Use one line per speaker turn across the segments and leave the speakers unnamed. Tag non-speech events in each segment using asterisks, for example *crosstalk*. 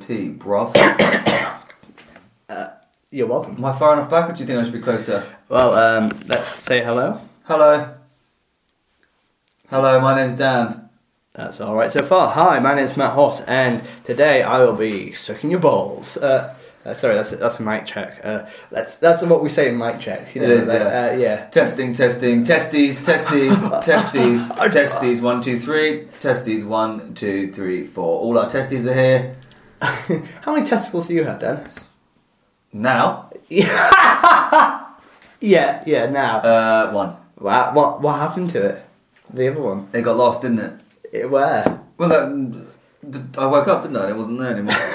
tea, bruv. *coughs*
You're welcome.
Am I far enough back or do you think I should be closer?
Well, um, let's say hello.
Hello. Hello, my name's Dan.
That's all right so far. Hi, my name's Matt Hoss, and today I will be sucking your balls. Uh, uh, sorry, that's that's a mic check. Uh, that's that's what we say in mic check. You know,
It is,
like,
yeah.
Uh, yeah.
Testing, testing, testes, testes, testes, testes, one, two, three, testes, one, two, three, four. All our testes are here.
uh, *laughs* How many testicles do you have, Dan?
Now,
Yeah, yeah. Now,
uh, one.
wow, what what happened to it? The other one.
It got lost, didn't it?
It, where?
Well, that, I woke up, didn't I? And it wasn't there anymore. *laughs*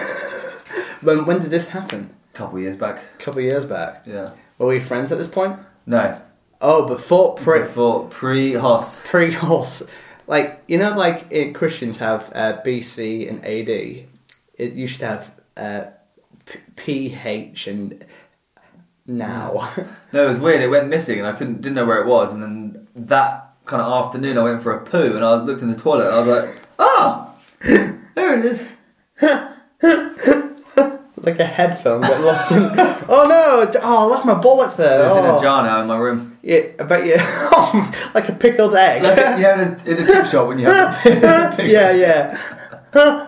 When when did this happen?
A couple of years back.
A couple of years back.
Yeah.
Were we friends at this point?
No.
Oh, before pre
Before pre-Hoss.
pre *laughs* horse. Like you know, like it, Christians have uh, BC and AD. It, you should have uh, P- PH and now.
No, it was weird. It went missing, and I couldn't didn't know where it was. And then that kind of afternoon, I went for a poo, and I was looked in the toilet, and I was like, "Ah, *laughs* there it is."
*laughs* like a headphone got lost in. *laughs* oh no! d- Oh, I left my bullet there.
It's in
oh.
a jar now in my room.
Yeah, I bet you. *laughs* like a pickled egg.
Like *laughs* you know, in a, in a chip shop when you have a poo.
yeah, yeah.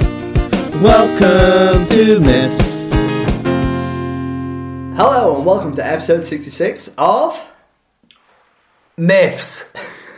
Welcome to Miss.
Hello and welcome to episode 66 of.
Myths.
*laughs*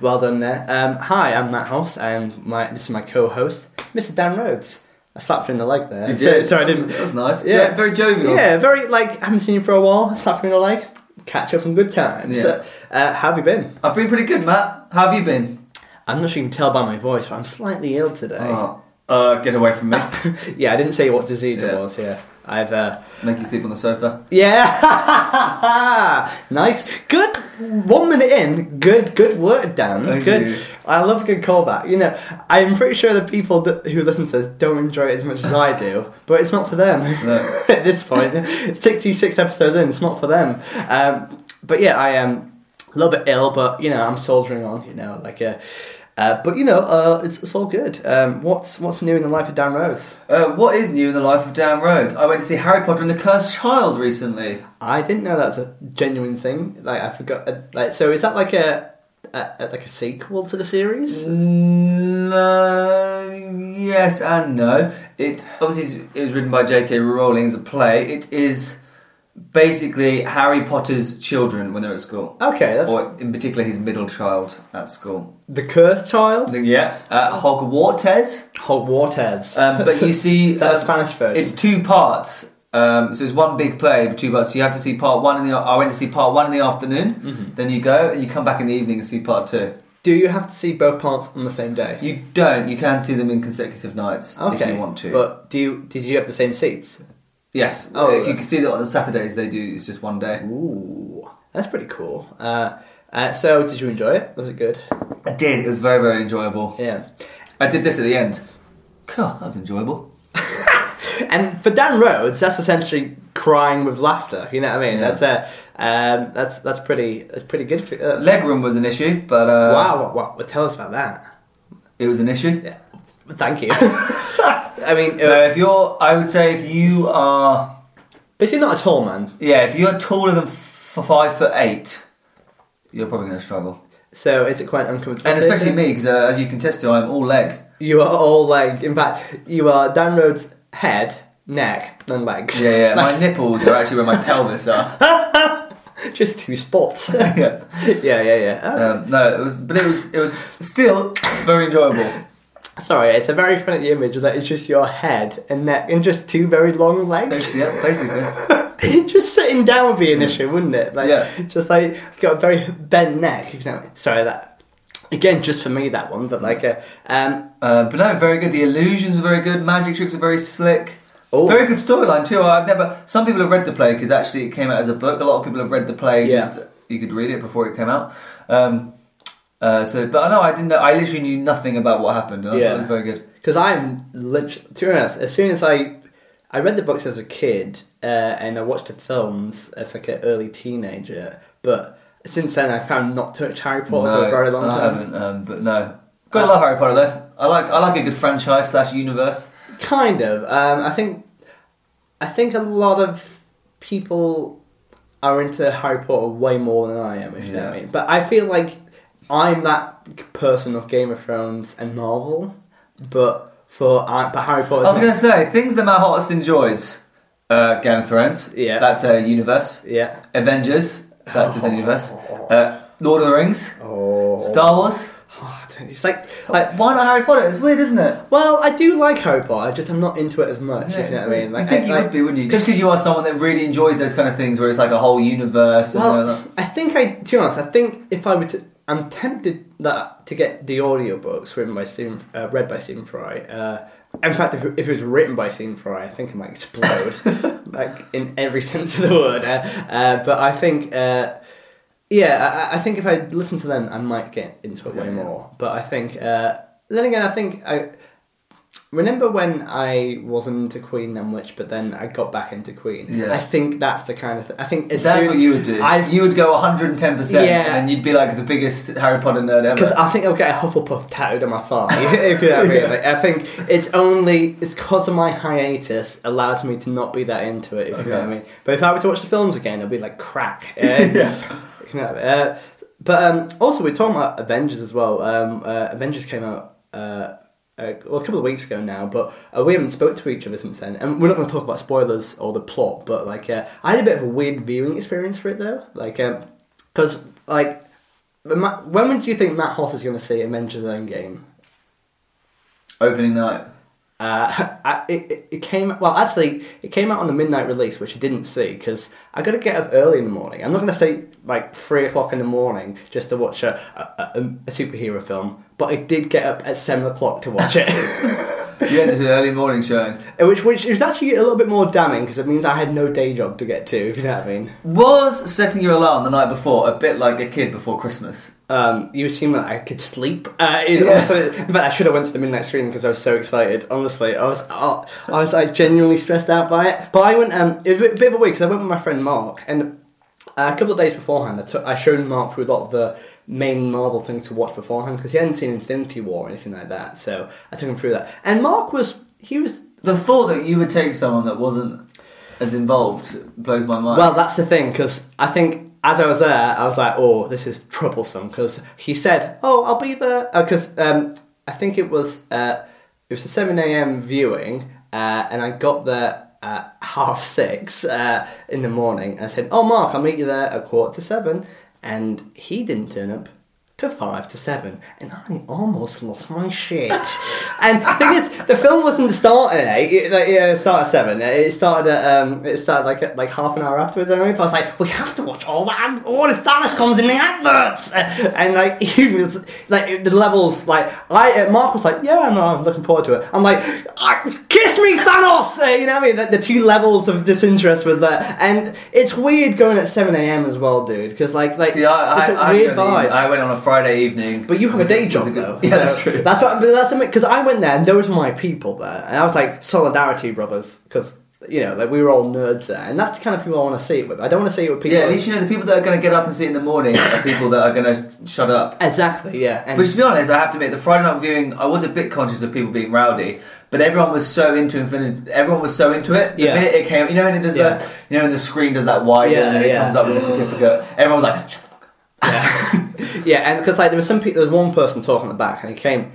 Well done there. Um, hi, I'm Matt Hoss, and my this is my co-host, Mr. Dan Rhodes. I slapped you in the leg there.
You
So-
did.
Sorry, I didn't.
That was nice.
Yeah.
Jo- very jovial.
Yeah, very like haven't seen you for a while. Slapped me in the leg. Catch up on good times.
Yeah.
So, uh, how have you been?
*laughs* I've been pretty good, Matt. How have you been?
I'm not sure you can tell by my voice, but I'm slightly ill today.
Oh, uh, get away *laughs* from me.
*laughs* Yeah, I didn't say what disease it
Yeah.
was. Yeah, I've. Uh,
Make you sleep on the sofa.
yeah, *laughs* nice, good. One minute in, good, good work, Dan.
Thank
good.
you.
I love a good callback. You know, I'm pretty sure the people that, who listen to this don't enjoy it as much as I do, but it's not for them.
No.
*laughs* At this point, 66 episodes in, it's not for them. Um, but yeah, I am a little bit ill, but you know, I'm soldiering on. You know, like uh Uh, but you know, uh, it's, it's all good. Um, what's what's new in the life of Dan Rhodes?
Uh, what is new in the life of Dan Rhodes? I went to see Harry Potter and the Cursed Child recently.
I didn't know that was a genuine thing. Like I forgot. uh, Like so, is that like a, a, a- like a sequel to the series?
No, yes and no. It obviously is, it was written by J.K. Rowling as a play. It is basically Harry Potter's children when they're at school,
Okay, that's
or in particular his middle child at school.
the Cursed Child.
Yeah, uh, Hogwarts.
Hogwarts.
Um, but you see,
*laughs* is that
uh,
a Spanish version?
It's two parts. Um, so it's one big play, but two parts. So you have to see part one in the. I went to see part one in the afternoon.
Mm-hmm.
Then you go and you come back in the evening and see part two.
Do you have to see both parts on the same day?
You don't. You can see them in consecutive nights if
Okay,
you want to.
But do you did you have the same seats?
yes,
Oh,
if you
yeah.
can see that on Saturdays they do. It's just one day.
Ooh, that's pretty cool. Uh, uh, so did you enjoy it? Was it good?
I did. It was very very enjoyable.
Yeah.
I did this at the end. God, that was enjoyable.
And for Dan Rhodes, that's essentially crying with laughter. You know what I mean?
Yeah.
That's a um, that's that's pretty that's pretty good. For, uh,
Legroom was an issue, but uh,
wow, wow, wow. Well, tell us about that.
it was an issue.
Yeah. Thank you. *laughs* I mean,
Uh,
uh,
if you're, I would say if you are,
but you're not a tall man,
yeah, if you're taller than f- five foot eight, you're probably going to struggle.
so is it quite uncomfortable?
And especially me, because uh, as you can test, I'm all leg.
You are all leg. In fact, you are Dan Rhodes' head, neck, and legs.
Yeah, yeah.
*laughs*
My nipples are actually where my pelvis are.
Just two spots. *laughs* yeah,
yeah.
yeah, yeah. Oh,
Um, no, it was, but it was, it was still very enjoyable.
Uh, Sorry, it's a very funny image that it's just your head and neck and just two very long *laughs* legs.
Yeah, basically.
just sitting down would be an issue, wouldn't it? Like,
Yeah.
Just like you've got a very bent neck. You know, sorry that. Again, just for me that one, but like, uh, um,
Uh, but no, very good. The illusions were very good. Magic tricks are very slick.
Oh,
Very good storyline too. I've never. Some people have read the play because actually it came out as a book. A lot of people have read the play.
Yeah.
Just you could read it before it came out. Um, uh, so, but I know I didn't. know I literally knew nothing about what happened. And I thought
Yeah.
it was very good.
because I'm lit- to be honest, as soon as I I read the books as a kid uh, and I watched the films as like an early teenager, but since then I found not to touch Harry Potter for a very long
I
time. Uh,
haven't. Um, but no, gotta love Harry Potter though. I like I like a good franchise slash universe.
Kind of. Um, I think I think a lot of people are into Harry Potter way more than I am, if you know what I
Yeah.
mean. But I feel like I'm that person of Game of Thrones and Marvel, but for uh, but Harry Potter.
I was gonna say things that Matt Hottest enjoys. Uh, Game of Thrones.
Yeah.
that's a universe.
yeah.
Avengers. That's his universe.
*laughs*
Uh, Lord of the Rings.
Oh.
Star Wars.
It's like like
Like, why not Harry Potter? It's weird, isn't it?
Well, I do like Harry Potter. I just I'm not into it as much.
Yeah,
if you know
it's
what I
weird.
mean? Like,
you think
I,
you
like-
would be, wouldn't you? Just because you are someone that really enjoys those kind of things, where it's like a whole universe. and all
Well,
that.
I think I. To be honest, I think if I were to, I'm tempted that to get the audiobooks written by Stephen, uh, read by Stephen Fry. Uh, in fact, if, if it was written by Stephen Fry, I think I might
*laughs*
explode, like in every sense of the word. Uh, uh, but I think, uh, yeah, I, I think if I listen to them, I might get into it way
Yeah.
more. But I think, uh, then again, I think I. Remember when I wasn't into Queen that much, but then I got back into Queen.
Yeah.
I think that's the kind of thing. I think as
That's
soon-
what you would do.
I've
you would go 110%,
Yeah.
and you'd be like the biggest Harry Potter nerd ever.
Because I think I'll get a Hufflepuff tattooed on my thigh. *laughs* if you know what I mean. Like, I think it's only it's because of my hiatus allows me to not be that into it. If you know what I
Okay.
mean. But if I were to watch the films again, I'd be like crack. eh? You know, uh, but um, also we're talking about Avengers as well. Um, uh, Avengers came out. Uh, uh, well, a couple of weeks ago now, but uh, we haven't spoke to each other since then, and we're not going to talk about spoilers or the plot. But like, uh, I had a bit of a weird viewing experience for it though, like, because like but Matt, when would you think Matt Hoff is going to see Avengers Endgame?
Opening night.
Uh, *laughs* I, it, it came well. Actually, it came out on the midnight release, which I didn't see because I got to get up early in the morning. I'm not going to say like three o'clock in the morning just to watch a, a, a, a superhero film, but I did get up at seven o'clock to watch it,
You went into an early morning showing.
which which is actually a little bit more damning because it means I had no day job to get to. If you know what I mean?
Was setting your alarm the night before a bit like a kid before Christmas?
Um, you assume that I could sleep. Uh, it also, in fact, I should have went to the midnight screening because I was so excited. Honestly, I was I, I was like genuinely stressed out by it. But I went. Um, it was a bit of a weird because I went with my friend Mark, and uh, a couple of days beforehand, I, took, I showed Mark through a lot of the main Marvel things to watch beforehand because he hadn't seen Infinity War or anything like that. So I took him through that, and Mark was he was
The thought that you would take someone that wasn't as involved blows my mind.
Well, that's the thing because I think as I was there, I was like, "Oh, this is troublesome." Because he said, "Oh, I'll be there," because um, I think it was uh, it was a seven a.m. viewing, uh, and I got there at *laughs* half six uh, in the morning. And I said, "Oh, Mark, I'll meet you there at quarter to seven. and he didn't turn up. To five to seven, and I almost lost my shit. *laughs* and the thing is, the film wasn't starting at eight. It, like, yeah, it started at seven. It started at um, it started like at, like half an hour afterwards. I remember I was like, we have to watch all that. ad- All the Thanos comes in the adverts, *laughs* and like he was like the levels. Like I, uh, Mark was like, yeah, I know, I'm looking forward to it. I'm like, "Ah, kiss me, Thanos. *laughs* Uh, you know what I mean? The, the two levels of disinterest was there, and it's weird going at seven a.m. as well, dude. Because like like
See, I,
it's
I,
a
I,
weird
go in the
vibe.
evening. I went on a Friday evening.
But you have a day job though.
*laughs* Yeah,
so
that's true.
That's what. But that's because I went there and those were my people there, and I was like solidarity brothers because you know like we were all nerds there, and that's the kind of people I want to see it with. I don't want to see it with people.
yeah, at least you know the people that are going to get up and see it in the morning are people that are going to shut up.
*laughs* exactly. Yeah. And
Which, to be honest, I have to admit, the Friday night viewing, I was a bit conscious of people being rowdy, but everyone was so into Infinity. Everyone was so into it. The
Yeah.
minute it came, you know, and it does
Yeah.
the, you know, and the screen does that wide,
Yeah,
and then it
yeah.
comes up with a certificate. Everyone was like, "Shut the fuck *laughs*
yeah, and because like there was some people, there was one person talking at the back, and he came.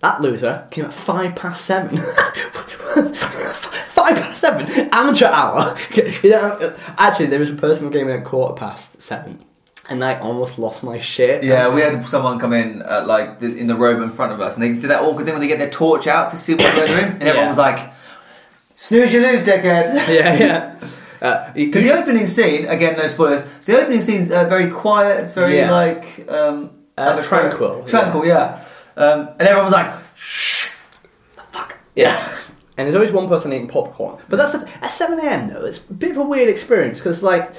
that loser came at five past seven. *laughs* five past seven, amateur hour. *laughs* you know, actually, there was a person who came in at quarter past seven, and I almost lost my shit.
Yeah, we had someone come in uh, like the, in the robe in front of us, and they did that awkward thing when they get their torch out to see what's going on, and everyone
Yeah.
was like, "Snooze, you lose, dickhead."
*laughs*
*laughs*
yeah, yeah. Uh, you-
Because the opening scene, again, no spoilers. The opening scene's uh, very quiet. It's very
Yeah.
like um,
Uh,
atmospheric-
tranquil,
tranquil, yeah. Um, and everyone was like, "Shh, the fuck."
Yeah. *laughs* and there's always one person eating popcorn. But that's at, at seven a.m. though. It's a bit of a weird experience because like.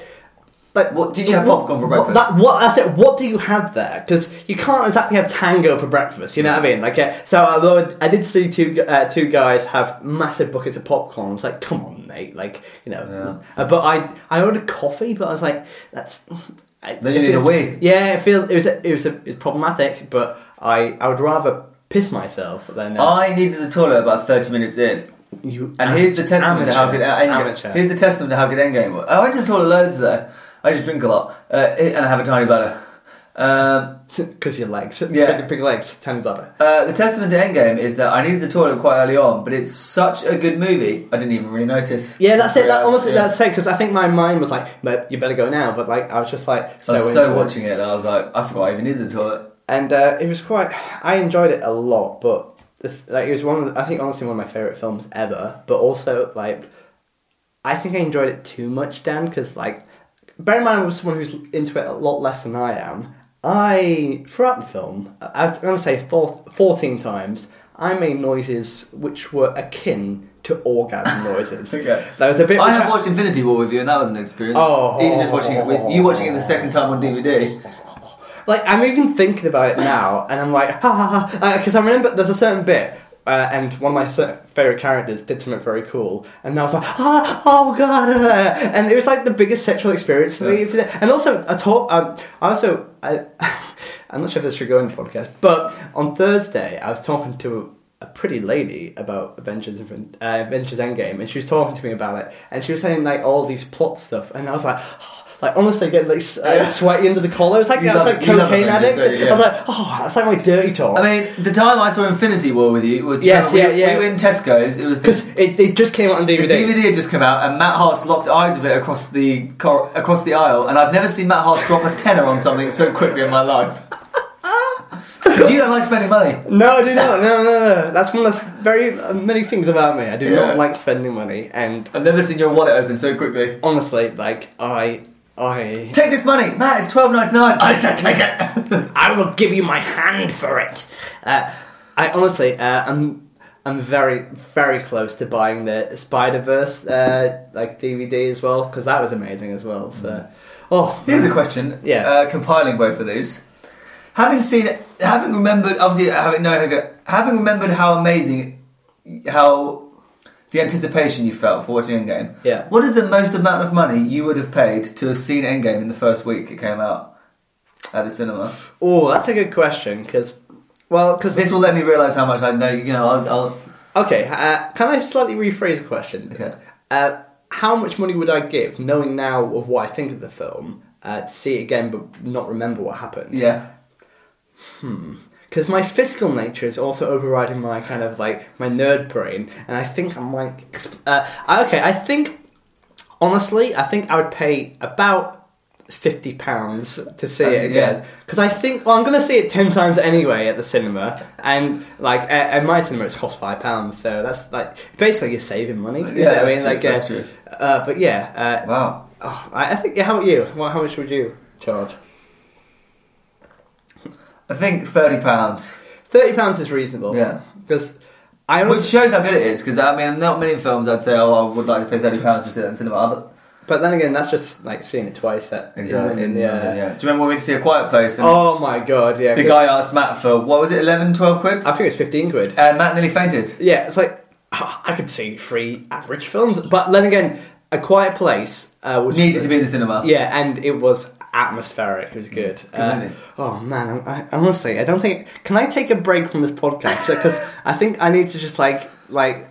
Like,
What- did you have popcorn for breakfast?
What, that, what, that's it. What do you have there? Because you can't exactly have tango for breakfast. You know what I mean? Like, uh, so although I did see two gu- uh, two guys have massive buckets of popcorn. I was like, come on, mate. Like, you know. Uh, but I I ordered coffee, but I was like, that's. I,
Then you need a wee.
Yeah, it feels it was a, it was a, it's problematic, but I I would rather piss myself than uh,
*laughs* I needed the toilet about 30 minutes in.
you.
And here's the testament to how good
amateur, amateur.
Endgame. Here's the testament to how good Endgame was. Oh, I went to the toilet loads there. I just drink a lot uh, and I have a tiny bladder. Um,
Because your legs.
Yeah.
Big, big legs, tiny bladder.
uh, the testament to Endgame is that I needed the toilet quite early on, but it's such a good movie. I didn't even really notice.
Yeah, that's it. That,
Whereas,
honestly,
yeah,
that's it. Because I think my mind was like, "But you better go now. But like, I was just like
I
so,
was so,
into it.
watching it that I was like, I forgot I even needed the toilet.
And uh, it was quite. I enjoyed it a lot, but the th- like, it was one. Of the, I think honestly one of my favorite films ever. But also like, I think I enjoyed it too much, Dan. Because like, bear in mind, I was someone who's into it a lot less than I am. I throughout the film, I- I'm gonna say four, fourteen times, I made noises which were akin to orgasm
*laughs*
noises.
Okay.
That was a bit.
I
which
have watched Infinity War with you, and that was an experience.
Oh.
even just watching it with you watching it the second time on DVD.
Like I'm even thinking about it now, and I'm like, ha ha ha, because I remember there's a certain bit, uh, and one of my cer- favorite characters did something very cool, and I was like, ah, oh god, uh," and it was like the biggest sexual experience for me. For the- and also, I taught, um, I also, I, *laughs* I'm not sure if this should go in the podcast, but on Thursday I was talking to a pretty lady about Avengers Infin- uh, Avengers Endgame, and she was talking to me about it, and she was saying like all these plot stuff, and I was like. *sighs* Like honestly, getting like s- uh, sweaty under the collar. It was like
You
I was
love-
like
you love
cocaine
Avengers,
addict.
don't you?
I was like, oh, that's like my dirty talk.
uh, I mean, the time I saw Infinity War with you was
Yes,
we,
yeah, yeah.
we were in Tesco's. It was
because
the,
it, it just came out on
the
DVD.
DVD had just come out, and Matt Hart locked eyes with it across the cor- across the aisle. And I've never seen Matt Hart drop a tenner on something so quickly in my *laughs* life. 'Cause you don't like spending money.
No, I do not. No, no, no. That's one of the very uh, many things about me. I do
Yeah.
not like spending money, and
I've never seen your wallet open so quickly.
honestly, like I, I,
Take this money, Matt. It's twelve ninety nine. I said take *laughs* it.
I will give you my hand for it. Uh, I honestly, uh, I'm. I'm very, very close to buying the Spider Verse uh, like DVD as well because that was amazing as well. So, oh,
Mm. Here's a question.
Yeah.
Uh, compiling both of these. Having seen, having remembered, obviously, uh, having no, no, having remembered how amazing, how the anticipation you felt for watching Endgame.
Yeah.
What is the most amount of money you would have paid to have seen Endgame in the first week it came out at the cinema?
oh, that's a good question because, well, because
This will let me realise how much I know. You know, I'll. I'll
Okay, uh, can I slightly rephrase the question?
Okay.
Uh, how much money would I give, knowing now of what I think of the film, uh, to see it again but not remember what happened?
yeah.
Because my fiscal nature is also overriding my kind of like my nerd brain, and I think I'm like, exp- uh, okay, I think honestly, I think I would pay about fifty pounds to see
Uh,
it
yeah.
again. Because I think, well, I'm going to see it ten times anyway at the cinema, and like at, at my cinema, it's cost five pounds, so that's like basically you're saving money. you
Yeah,
know what I
that's
mean,
true,
like
that's
uh,
true.
Uh, but yeah, uh,
Wow.
oh, I, I think. Yeah, how about you? Well, how much would you charge?
I think thirty pounds.
Thirty pounds is reasonable.
Yeah.
because. I
Which
always
shows how good it is, because I mean, not many films I'd say, oh, I would like to pay thirty pounds to see that in cinema. Other,
But then again, that's just like seeing it twice. At,
Exactly.
in London, yeah.
Do you remember when we went to see a quiet place and
Oh my god, yeah.
the guy asked Matt for what was it, 11, 12 quid?
I think it's fifteen quid.
And Matt nearly fainted.
Yeah, it's like *sighs* ah, I could see three average films, but then again, A Quiet Place uh, was
Needed to be in the cinema.
Yeah, and it was atmospheric. It was good. Uh,
movie.
oh man, I, I, honestly, I don't think. Can I take a break from this podcast because I think I need to just like like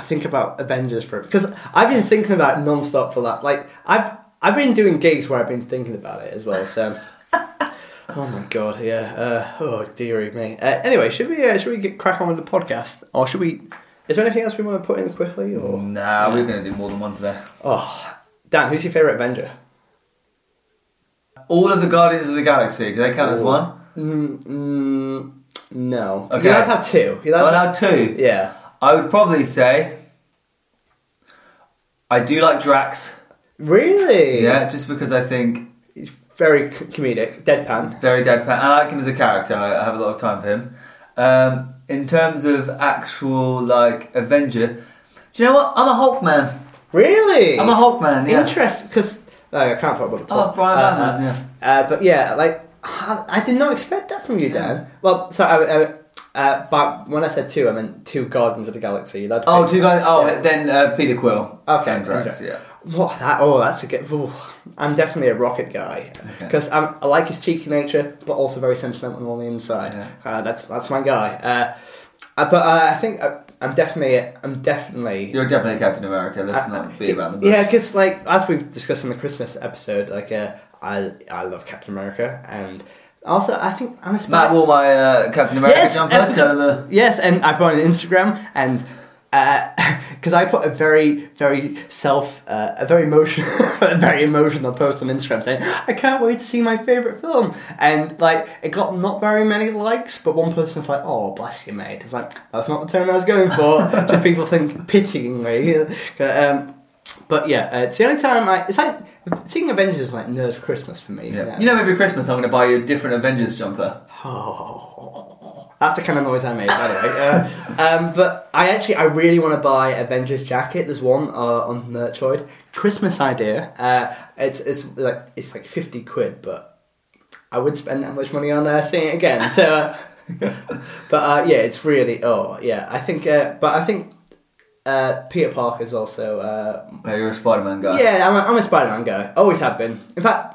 think about Avengers for because I've been thinking about it non-stop for that. Like I've I've been doing gigs where I've been thinking about it as well. So. Oh my god, yeah. Uh, oh dearie me. Uh, anyway, should we uh, should we get crack on with the podcast, or should we? Is there anything else we want to put in quickly? Or
Oh, Nah, we're going to do more than one today.
oh, Dan, who's your favorite Avenger?
All of the Guardians of the Galaxy, do they count as one?
Mm, mm, no.
Okay. Oh,
You're allowed to have two. You're
I
allowed
allowed two.
yeah.
I would probably say I do like Drax.
Really?
Yeah, just because I think
He's very c- comedic. Deadpan.
very deadpan. I like him as a character. I I have a lot of time for him. Um, in terms of actual like Avenger, Do you know what? I'm a Hulk man.
Really?
I'm a Hulk man. Yeah.
Interest because I can't talk about the
Oh,
plot.
Brian
Uh,
Batman. yeah.
Uh, but yeah, like I I did not expect that from you, Dan. Well, so I, I, uh, but when I said two, I meant two Guardians of the Galaxy. That'd
Oh,
be-
two guys. Oh,
Yeah.
then uh, Peter Quill.
Okay,
And Drax.
okay.
Yeah.
What that? Oh, that's a good. Ooh, I'm definitely a rocket guy
Okay.
because I like his cheeky nature, but also very sentimental on the inside.
Yeah.
Uh, that's that's my guy. Uh, uh, but uh, I think I, I'm definitely I'm definitely
You're definitely Captain America. Let's
I-
not be about the bush.
Uh, Yeah, because like as we've discussed in the Christmas episode, like uh, I I love Captain America, and also I think I'm a spy-
Matt wore my uh, Captain America
Yes,
jumper
and-
to the.
Yes, and I put on Instagram and. *laughs* Because I put a very, very self, uh, a very emotional, *laughs* a very emotional post on Instagram saying, "I can't wait to see my favorite film," and like it got not very many likes, but one person was like, "Oh, bless you, mate." It's like that's not the tone I was going
*laughs*
for. Just people think pityingly. *laughs* Um, but yeah, uh, it's the only time I. It's like seeing Avengers is like nerd Christmas for me.
Yeah. You know, every Christmas I'm going to buy you a different Avengers jumper.
Oh. That's the kind of noise I made, by the way. Uh, um, but I actually, I really want to buy Avengers jacket. There's one uh, on Merchoid. Christmas idea. Uh, it's it's like it's like fifty quid, but I would spend that much money on uh, seeing it again. So, uh, but uh, yeah, it's really oh yeah. I think, uh, but I think uh, Peter Parker's also uh,
Yeah, you're a Spider-Man guy.
yeah, I'm a, I'm a Spider-Man guy. Always have been. In fact,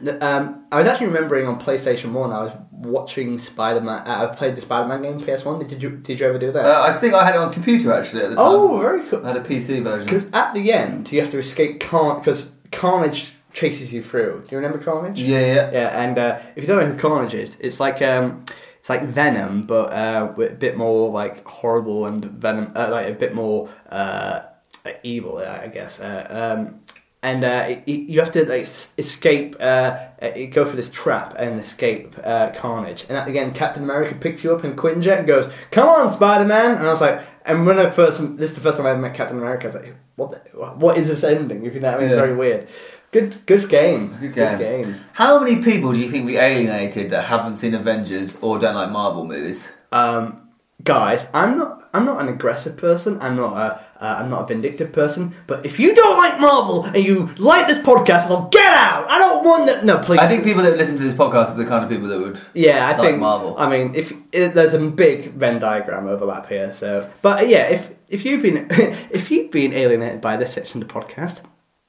the, um, I was actually remembering on PlayStation One. I was watching Spider-Man. Uh, I played the Spider-Man game PS One. Did you Did you ever do that?
Uh, I think I had it on computer actually at the time.
oh, very cool.
I had a PC version.
Because at the end, you have to escape Carnage. Because Carnage chases you through. Do you remember Carnage?
Yeah, yeah.
Yeah, and uh, if you don't know who Carnage is, it's like um, it's like Venom, but uh, with a bit more like horrible and Venom, uh, like a bit more uh, uh, evil, I I guess. Uh, um, and uh, y- y- you have to like s- escape, uh, uh, you go through this trap and escape uh, Carnage. And at the end, Captain America picks you up in Quinjet and goes, "Come on, Spider Man!" And I was like, and when I first, this is the first time I ever met Captain America. I was like, "What? The, what is this ending?" If you know what I mean,
Yeah.
very weird. Good, good game.
Good game.
Good game.
How many people do you think we alienated that haven't seen Avengers or don't like Marvel movies?
um, guys, I'm not I'm not an aggressive person. I'm not a uh, I'm not a vindictive person. But if you don't like Marvel and you like this podcast, well, get out. I don't want that. No, please.
I think people that listen to this podcast are the kind of people that would.
Yeah, I
like
think
Marvel.
I mean, if it, there's a big Venn diagram overlap here, so but uh, yeah, if if you've been *laughs* if you've been alienated by this section of the podcast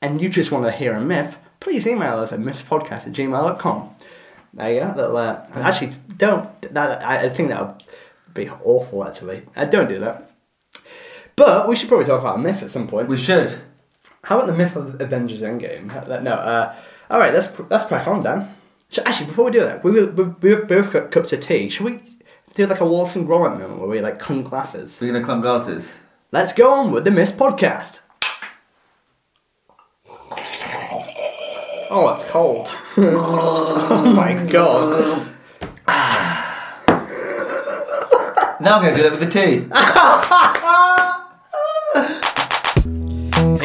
and you just want to hear a myth, please email us at mythpodcast at gmail.com. There you go. That'll, uh,
Hmm.
Actually, don't. That, I I think that would be awful. Actually, uh, don't do that. But we should probably talk about a myth at some point.
We should.
How about the myth of Avengers Endgame? How- that- No, uh, all right, let's let's crack on, Dan. Sh- actually, before we do that, we we we we both got cups of tea. Should we do like a Wallace and Gromit moment where we like clink glasses?
So we're going to climb glasses.
Let's go on with the Miss podcast. Oh, it's cold. *laughs* oh my god.
Now I'm going to do that with the tea.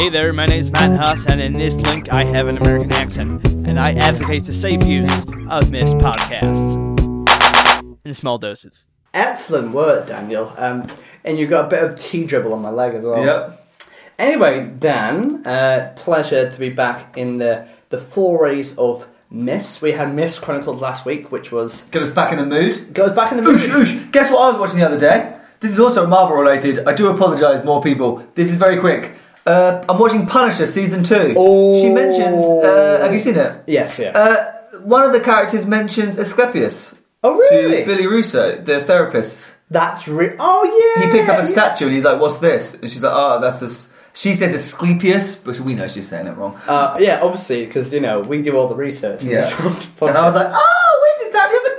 Hey there, my name's Matt Huss, and in this link, I have an American accent, and I advocate the safe use of this podcast in small doses.
Excellent work, Daniel. Um, and you got a bit of tea dribble on my leg as well.
yep.
Anyway, Dan, uh, pleasure to be back in the the forays of myths. We had myths chronicled last week, which was
Get us back in the mood.
goes back in the
Oosh,
movie.
oosh. Guess what I was watching the other day? This is also Marvel related. I do apologise, more people. This is very quick. Uh, I'm watching Punisher season two.
Oh.
She mentions. Uh, have you seen it?
Yes, yeah.
Uh, one of the characters mentions Asclepius.
Oh, really?
To Billy Russo, the therapist.
That's re- oh yeah.
He picks up a
yeah.
statue and he's like, "What's this?" And she's like, "Oh, that's this." She says Asclepius, but we know she's saying it
*laughs*
wrong.
Uh, yeah, obviously, because you know we do all the research.
Yeah.
*laughs* and
and I was like, "Oh, we did that the other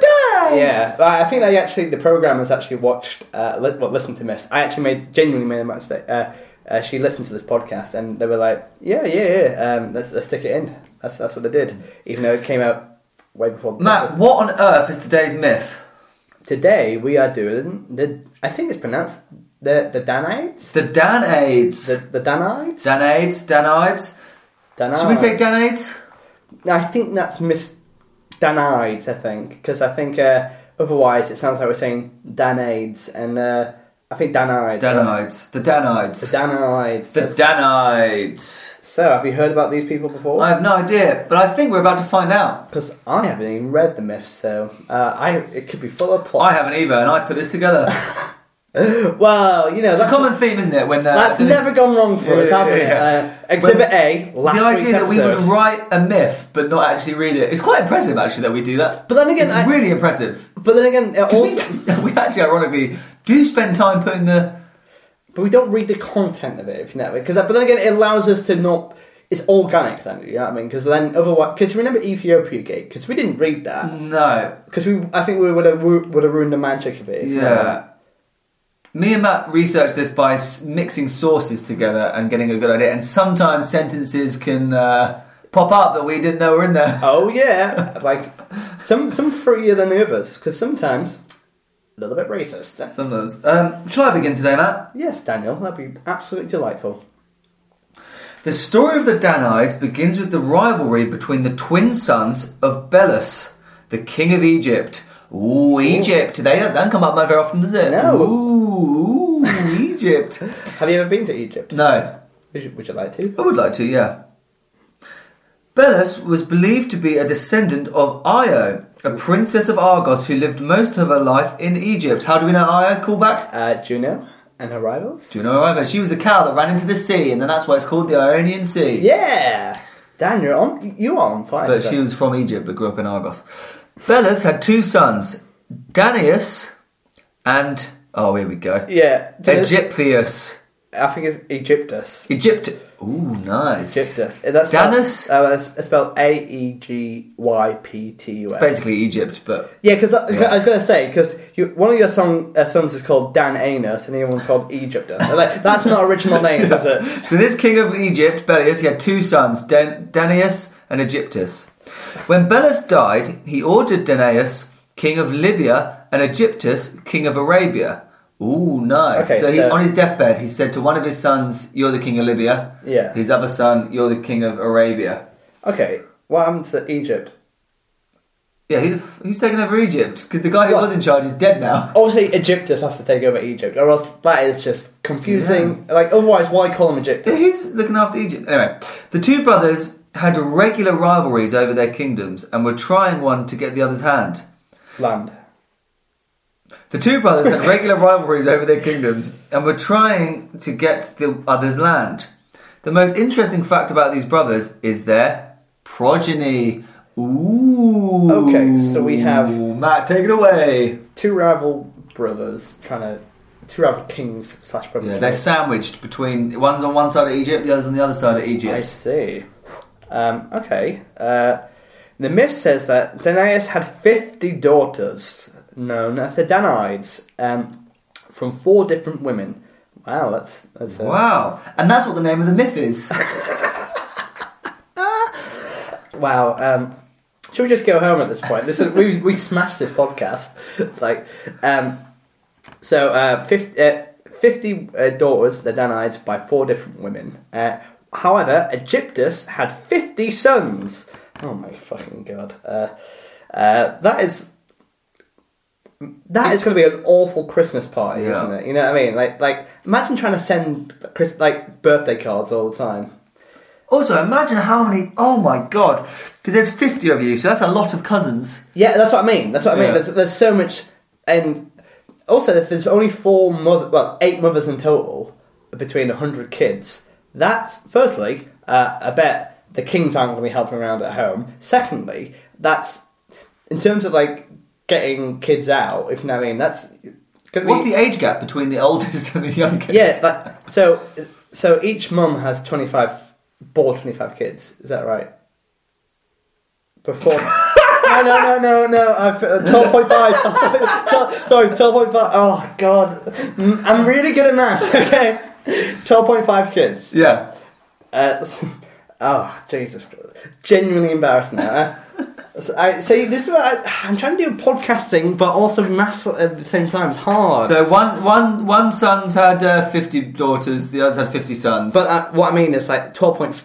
day."
Yeah, but I think they actually the programmers actually watched uh, li- well, listened to Miss. I actually made genuinely made a mistake. Uh, uh, she listened to this podcast and they were like, "Yeah, yeah, yeah, um, let's, let's stick it in." That's that's what they did, even though it came out way before. The
Matt,
podcast.
what on earth is today's myth?
Today we are doing the I think it's pronounced the the Danites,
The Dan AIDS.
the the Danites,
Dan AIDS. Dan AIDS.
Danites.
Should we say Dan AIDS?
No, I think that's Miss Danides, I think, because I think uh, otherwise it sounds like we're saying Danaids, and uh, I think Danides. right?
Danites. The
The
Danites.
Danides.
The Danites.
so, have you heard about these people
I
before?
have no idea, but I think we're about to find out.
Because I, haven't even read the myth, so uh, I it could be full of
I
plot.
haven't either, and I put this together.
well, you know,
It's a
that's,
common theme, isn't it? When uh,
that's
the-
never gone wrong for us,
Yeah,
has it?
yeah,
Uh, exhibit A, last
the
week's
idea that we would
episode.
write a myth but not actually read it. It's quite impressive, actually, that we do that.
But then again,
it's
I-
really impressive.
But then again, it
'Cause
also,
we, *laughs* we actually, ironically, do spend time putting the.
but we don't read the content of it, if you know. Because but then again, it allows us to not. It's organic then, you know what I mean? Because then otherwise, because remember Ethiopia Gate? Because we didn't read that.
No,
Because we, I think we would have would have ruined the magic of it. if uh, you know what I mean.
yeah. uh, Me and Matt researched this by s- mixing sources together and getting a good idea. And sometimes sentences can uh, pop up that we didn't know were in there. *laughs*
Oh yeah, like some some freer than others. Because sometimes a little bit racist.
Some of those. Um, shall I begin today, Matt?
Yes, Daniel, that'd be absolutely delightful.
The story of the Danites begins with the rivalry between the twin sons of Belus, the king of Egypt. Ooh, Egypt. They don't, don't come up very often, does it?
No.
Ooh, ooh, Egypt. *laughs*
Have you ever been to Egypt?
No,
Would you, would you like to?
I would like to, yeah. Belus was believed to be a descendant of Io, a princess of Argos who lived most of her life in Egypt. How do we know Io? Call back.
Uh, Juno and her rivals.
Do you know Io? She was a cow that ran into the sea, and then that's why it's called the Ionian Sea.
Yeah, Daniel, on, you are on fire.
But
today.
she was from Egypt but grew up in Argos. Belus had two sons, Danius and. Oh, here we go.
Yeah,
Egyptius.
I think it's Egyptus.
Egypt. Ooh, nice.
Egyptus. That's
Danus?
Spelled, uh, that's spelled A E G Y P T U
It's
S.
basically Egypt, but.
Yeah, because I,
Yeah.
I was gonna say because one of your song, uh, sons is called Dan Anus and the other one's called Egyptus. And, *laughs* like, that's not original names,
*laughs*
is it?
So this king of Egypt, Belus, he had two sons, Dan- Danius and Egyptus. When Belus died, he ordered Danius, king of Libya, and Egyptus, king of Arabia. Ooh, nice.
Okay,
so he,
so-
on his deathbed, he said to one of his sons, "You're the king of Libya."
Yeah.
His other son, "You're the king of Arabia."
Okay, what happened to Egypt?
Yeah, he's, he's taken over Egypt because the guy who
What?
was in charge is dead now. *laughs*
Obviously, Egyptus has to take over Egypt, or else that is just confusing. Like, otherwise, why call him
Yeah,
Egyptus?
He's looking after Egypt. Anyway, the two brothers had regular rivalries over their kingdoms and were trying one to get the other's hand.
Land.
The two brothers had regular rivalries over their kingdoms and were trying to get the other's land. The most interesting fact about these brothers is their progeny. Ooh.
Okay, so we have-
Matt, take it away.
Two rival brothers trying to. Two rival kings slash brothers.
Yeah, they're sandwiched between one's on one side of Egypt, the other's on the other side of
I
Egypt.
see. Um, okay. Uh, the myth says that Danaus had 50 daughters, known as the Danides, um, from four different women. Wow, that's. that's uh,
Wow, and that's what the name of the myth
*laughs*
is.
Wow. Um, should we just go home at this point? This is, we, we smashed this podcast. It's like. Um, so, uh, 50, uh, 50 uh, daughters, the Danides, by four different women. Uh, however, Egyptus had 50 sons. Oh my fucking god. Uh, uh, that is. That is going to be an awful Christmas party,
Yeah.
isn't it? You know what I mean? Like, like imagine trying to send Chris, like birthday cards all the time.
also, imagine how many. Oh my god, because there's 50 of you, so that's a lot of cousins.
Yeah, that's what I mean. That's what I mean.
Yeah.
There's, there's so much, and also if there's only four mother, well, eight mothers in total between hundred kids. That's firstly, uh, I bet the kings aren't going to be helping around at home. Secondly, that's in terms of like getting kids out. If you know what I mean, that's going
What's the age gap between the *laughs* oldest and the youngest?
yeah. It's like, so so each mum has twenty five, bore twenty five kids. Is that right? Before. *laughs* no, no, no, no, no. I've, uh, 12.5. *laughs* Sorry, 12.5. Oh, God. Mm, I'm really good at maths, *laughs* okay? 12.5 kids.
Yeah.
Uh, oh, Jesus Christ. Genuinely embarrassing now. Uh, so I, see, this is what I, I'm trying to do podcasting, but also maths at the same time. It's hard.
So one one one son's had uh, fifty daughters, the others had fifty sons.
but uh, what I mean is, like, 12. Point,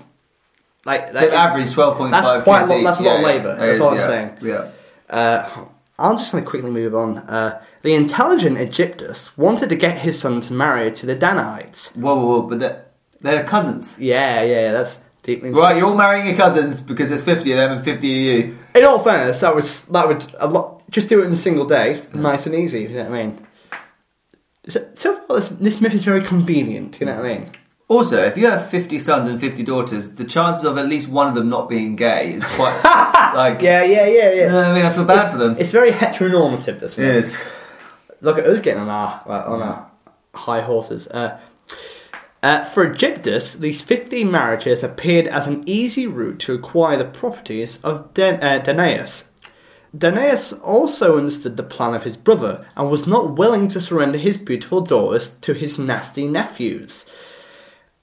like,
they
like
average twelve point five.
That's quite a lot- that's a lot of labour,
It
that's
is,
all I'm
yeah.
saying.
Yeah.
Uh, I'm just going to quickly move on. Uh, the intelligent Aegyptus wanted to get his sons married to the Danahites.
Whoa, whoa, whoa! But they're, they're cousins,
Yeah, yeah, that's deeply
right? You're all marrying your cousins because there's fifty of them and fifty of you.
In all fairness, that was that would a lot. Just do it in a single day, nice and easy. You know what I mean? So, so far, this, this myth is very convenient. You know what I mean?
Also, if you have 50 sons and 50 daughters, the chances of at least one of them not being gay is
*laughs*
quite like.
Yeah, yeah, yeah, yeah.
You know what I mean? I feel bad
Uh, it's,
for them.
It's very heteronormative. This myth.
Yes.
Look at us getting on our well, on our high horses. Uh, uh, for Aegyptus, these 15 marriages appeared as an easy route to acquire the properties of Dan- uh, Danaus. Danaus also understood the plan of his brother and was not willing to surrender his beautiful daughters to his nasty nephews.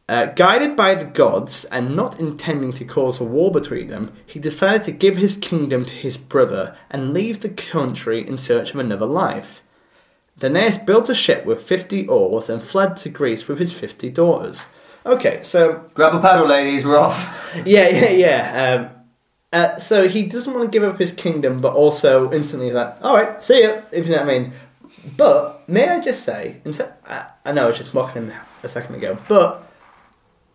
Uh, guided by the gods and not intending to cause a war between them, he decided to give his kingdom to his brother and leave the country in search of another life. Danaus built a ship with 50 oars and fled to Greece with his 50 daughters. Okay, so
Grab a paddle, ladies, we're
*laughs*
off.
yeah, yeah, yeah. Um, uh, so he doesn't want to give up his kingdom, but also instantly he's like, all right, see ya, if you know what I mean. But may I just say, and so, I, I know I was just mocking him a second ago, but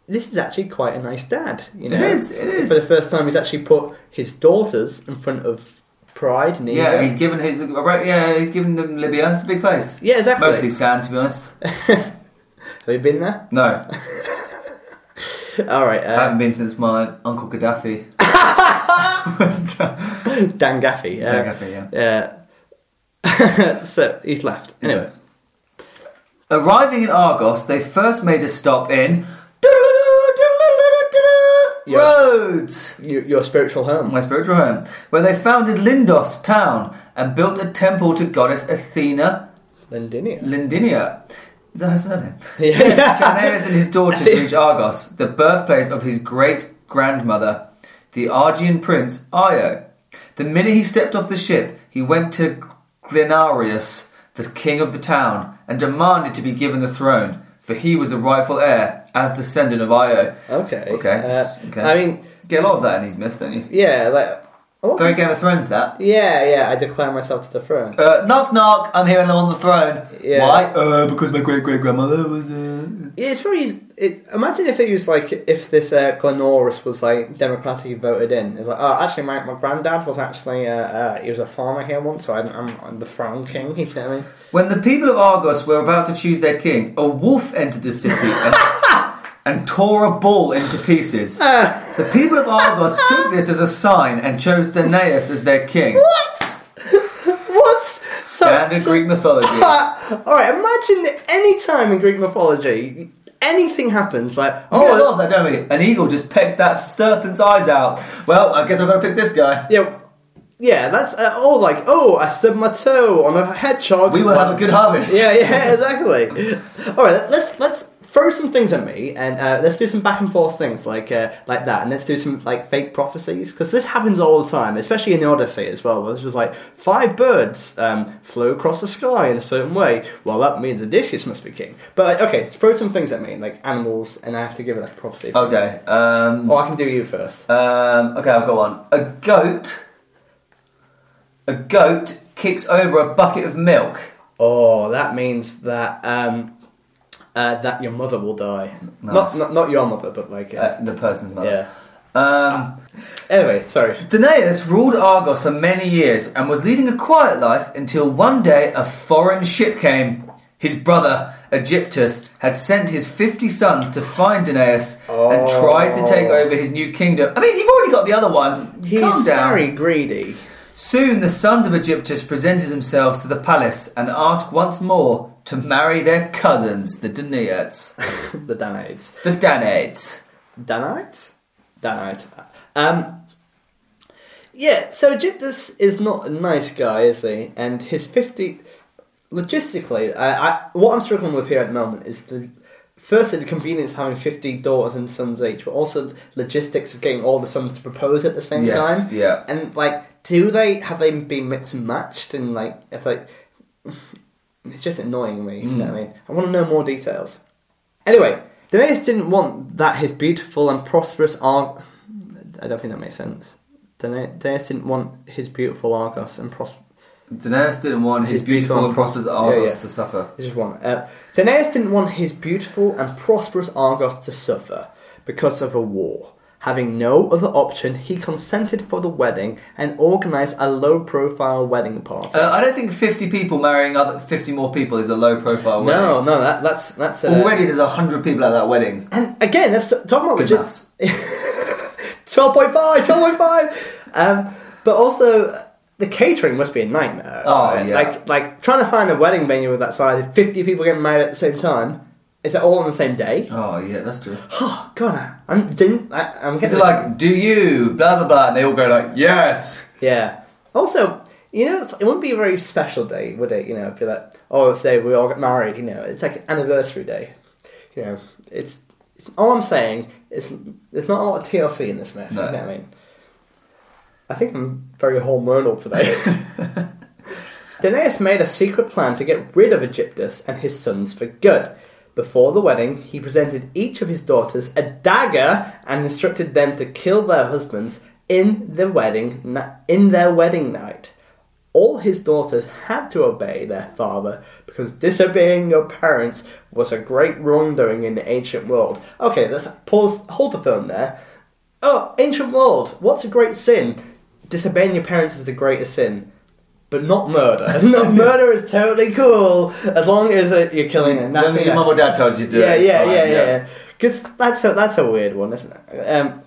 this is actually quite a nice dad. You know,
is, it is.
For the first time, he's actually put his daughters in front of pride. And
Yeah,
ego.
he's given his. Right, yeah, he's given them Libya. It's a big place.
yeah, exactly.
Mostly sand, to be honest.
Have you been there?
No,
All right,
I
uh,
haven't been since my uncle Gaddafi.
Dan Gaffey. Uh,
Um,
*laughs*
Dan Gaffey, yeah.
Yeah. so he's left. Anyway.
Arriving in Argos, they first made a stop in
Yeah.
Rhodes,
your, your spiritual home.
my spiritual home, where they founded Lindos town and built a temple to goddess Athena
Lindinia.
Lindinia. Is that her surname?
*laughs* Yeah.
Danaus and his daughters reach Argos, the birthplace of his great grandmother, the Argian prince Io. The minute he stepped off the ship, he went to Glenarius, the king of the town, and demanded to be given the throne, for he was the rightful heir, as descendant of Io.
Okay.
Okay.
Uh,
okay.
I mean,
get a lot of that in these myths, don't you?
yeah, like. Oh,
Very Game of Thrones, that.
yeah, yeah, I declare myself to the throne.
Uh, knock, knock, I'm here and I'm on the throne.
Yeah.
Why? Uh, because my great great grandmother was. Uh...
Yeah, it's very. It, imagine if it was like if this uh, Glenorus was like democratically voted in. It's like, oh, actually, my, my granddad was actually uh, uh, he was a farmer here once, so I'm, I'm, I'm the throne king. You know what I mean? *laughs*
When the people of Argos were about to choose their king, a wolf entered the city and,
*laughs*
and tore a bull into pieces.
Ah.
The people of Argos took this as a sign and chose Danaus as their king.
What? So,
Standard Greek
*laughs*
mythology.
all right. Imagine that any time in Greek mythology, anything happens. Like,
Oh,
oh,
I love that, don't we? An eagle just pecked that serpent's eyes out. Well, I guess I've got to pick this guy.
Yeah, yeah, that's uh, all like, oh, I stubbed my toe on a hedgehog.
We will have a good harvest.
Yeah, yeah, *laughs* exactly. all right, let's let's throw some things at me and uh, let's do some back and forth things like uh, like that, and let's do some like fake prophecies because this happens all the time, especially in the Odyssey as well. Where it's just like five birds um, flew across the sky in a certain way. Well, that means Odysseus must be king. But okay, throw some things at me like animals, and I have to give it like a prophecy.
Okay. Um,
Or I can do you first.
Um, okay, I'll go on. A goat. A goat kicks over a bucket of milk.
Oh, that means that um, uh, that your mother will die.
Nice.
Not, not not your mother, but like uh,
Uh, the person's mother.
yeah.
Um,
Anyway, sorry.
Danaus ruled Argos for many years and was leading a quiet life until one day a foreign ship came. His brother, Aegyptus, had sent his 50 sons to find Danaus and tried to take over his new kingdom. I mean, you've already got the other one.
Oh. He's
Calm down.
very greedy. *laughs*
Soon the sons of Aegyptus presented themselves to the palace and asked once more to marry their cousins, the Danaids.
The Danites.
The Danaids.
Danites. Danite. Um. Yeah. So Aegyptus is not a nice guy, is he? And his fifty. Logistically, I, I what I'm struggling with here at the moment is the firstly the convenience of having 50 daughters and sons each, but also logistics of getting all the sons to propose at the same
Yes,
time.
yeah.
And like, do they have they been mixed and matched? And like, if like, it's just annoying me.
Hmm.
You know what I mean? I want to know more details. Anyway, Danaus didn't want that his beautiful and prosperous Ar. I don't think that makes sense. Dana- Danaus didn't want his beautiful Argos and pros.
Daenerys didn't want his,
His
beautiful
beautiful
and
and
prosperous
pros-
Argos
yeah, yeah.
to suffer.
This is one. Uh, Daenerys didn't want his beautiful and prosperous Argos to suffer because of a war. Having no other option, he consented for the wedding and organised a low-profile wedding party.
Uh, I don't think 50 people marrying other 50 more people is a low profile wedding.
no, no, that, that's that's uh,
Already there's 100 people at that wedding.
And again, that's talking about
Good
Richard-
maths.
*laughs* 12.5, 12.5. um, but also, uh, the catering must be a nightmare.
Oh,
right?
yeah.
Like, like trying to find a wedding venue with that size, 50 people getting married at the same time. Is it all on the same day?
Oh, yeah, that's true.
Oh, God, I'm, didn't, I, I'm
Is
getting
it like, do you, blah, blah, blah, and they all go like, yes.
Yeah. Also, you know, it's, it wouldn't be a very special day, would it? You know, if you're like, oh, let's say we all get married. You know, it's like anniversary day. You know, it's, it's all I'm saying. It's there's not a lot of TLC in this match.
No.
You know what I mean? I think I'm very hormonal today. Daenerys made a secret plan to get rid of Aegyptus and his sons for good. Before the wedding, he presented each of his daughters a dagger and instructed them to kill their husbands in the wedding na- in their wedding night. All his daughters had to obey their father because disobeying your parents was a great wrongdoing in the ancient world. Okay, let's pause, hold the film there. Oh, ancient world, what's a great sin? Disobeying your parents is the greatest sin. But not murder. *laughs* no, murder is totally cool as long as uh, you're killing it.
As long as your mum or dad told you to do
yeah,
it. it's
yeah,
fine,
yeah, yeah, yeah. Because that's a that's a weird one, isn't it? Um,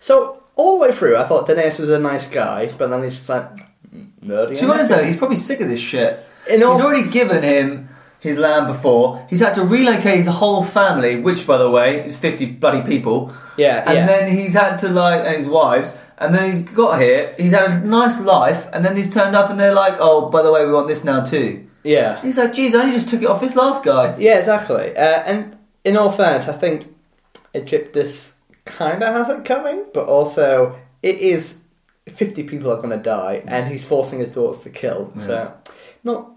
so all the way through, I thought Daenerys was a nice guy, but then he's just like "Mm, murder.
To be honest though, he's probably sick of this shit.
In all-
he's already given him his land before. He's had to relocate his whole family, which by the way is fifty bloody people.
Yeah,
And
yeah.
then he's had to like and his wives, and then he's got here. He's had a nice life, and then he's turned up, and they're like, "Oh, by the way, we want this now too."
yeah,
He's like, "Geez, I only just took it off this last guy."
Yeah, exactly. Uh, and in all fairness, I think Egyptus kind of has it coming, but also it is 50 people are going to die, and he's forcing his daughters to kill. So, not.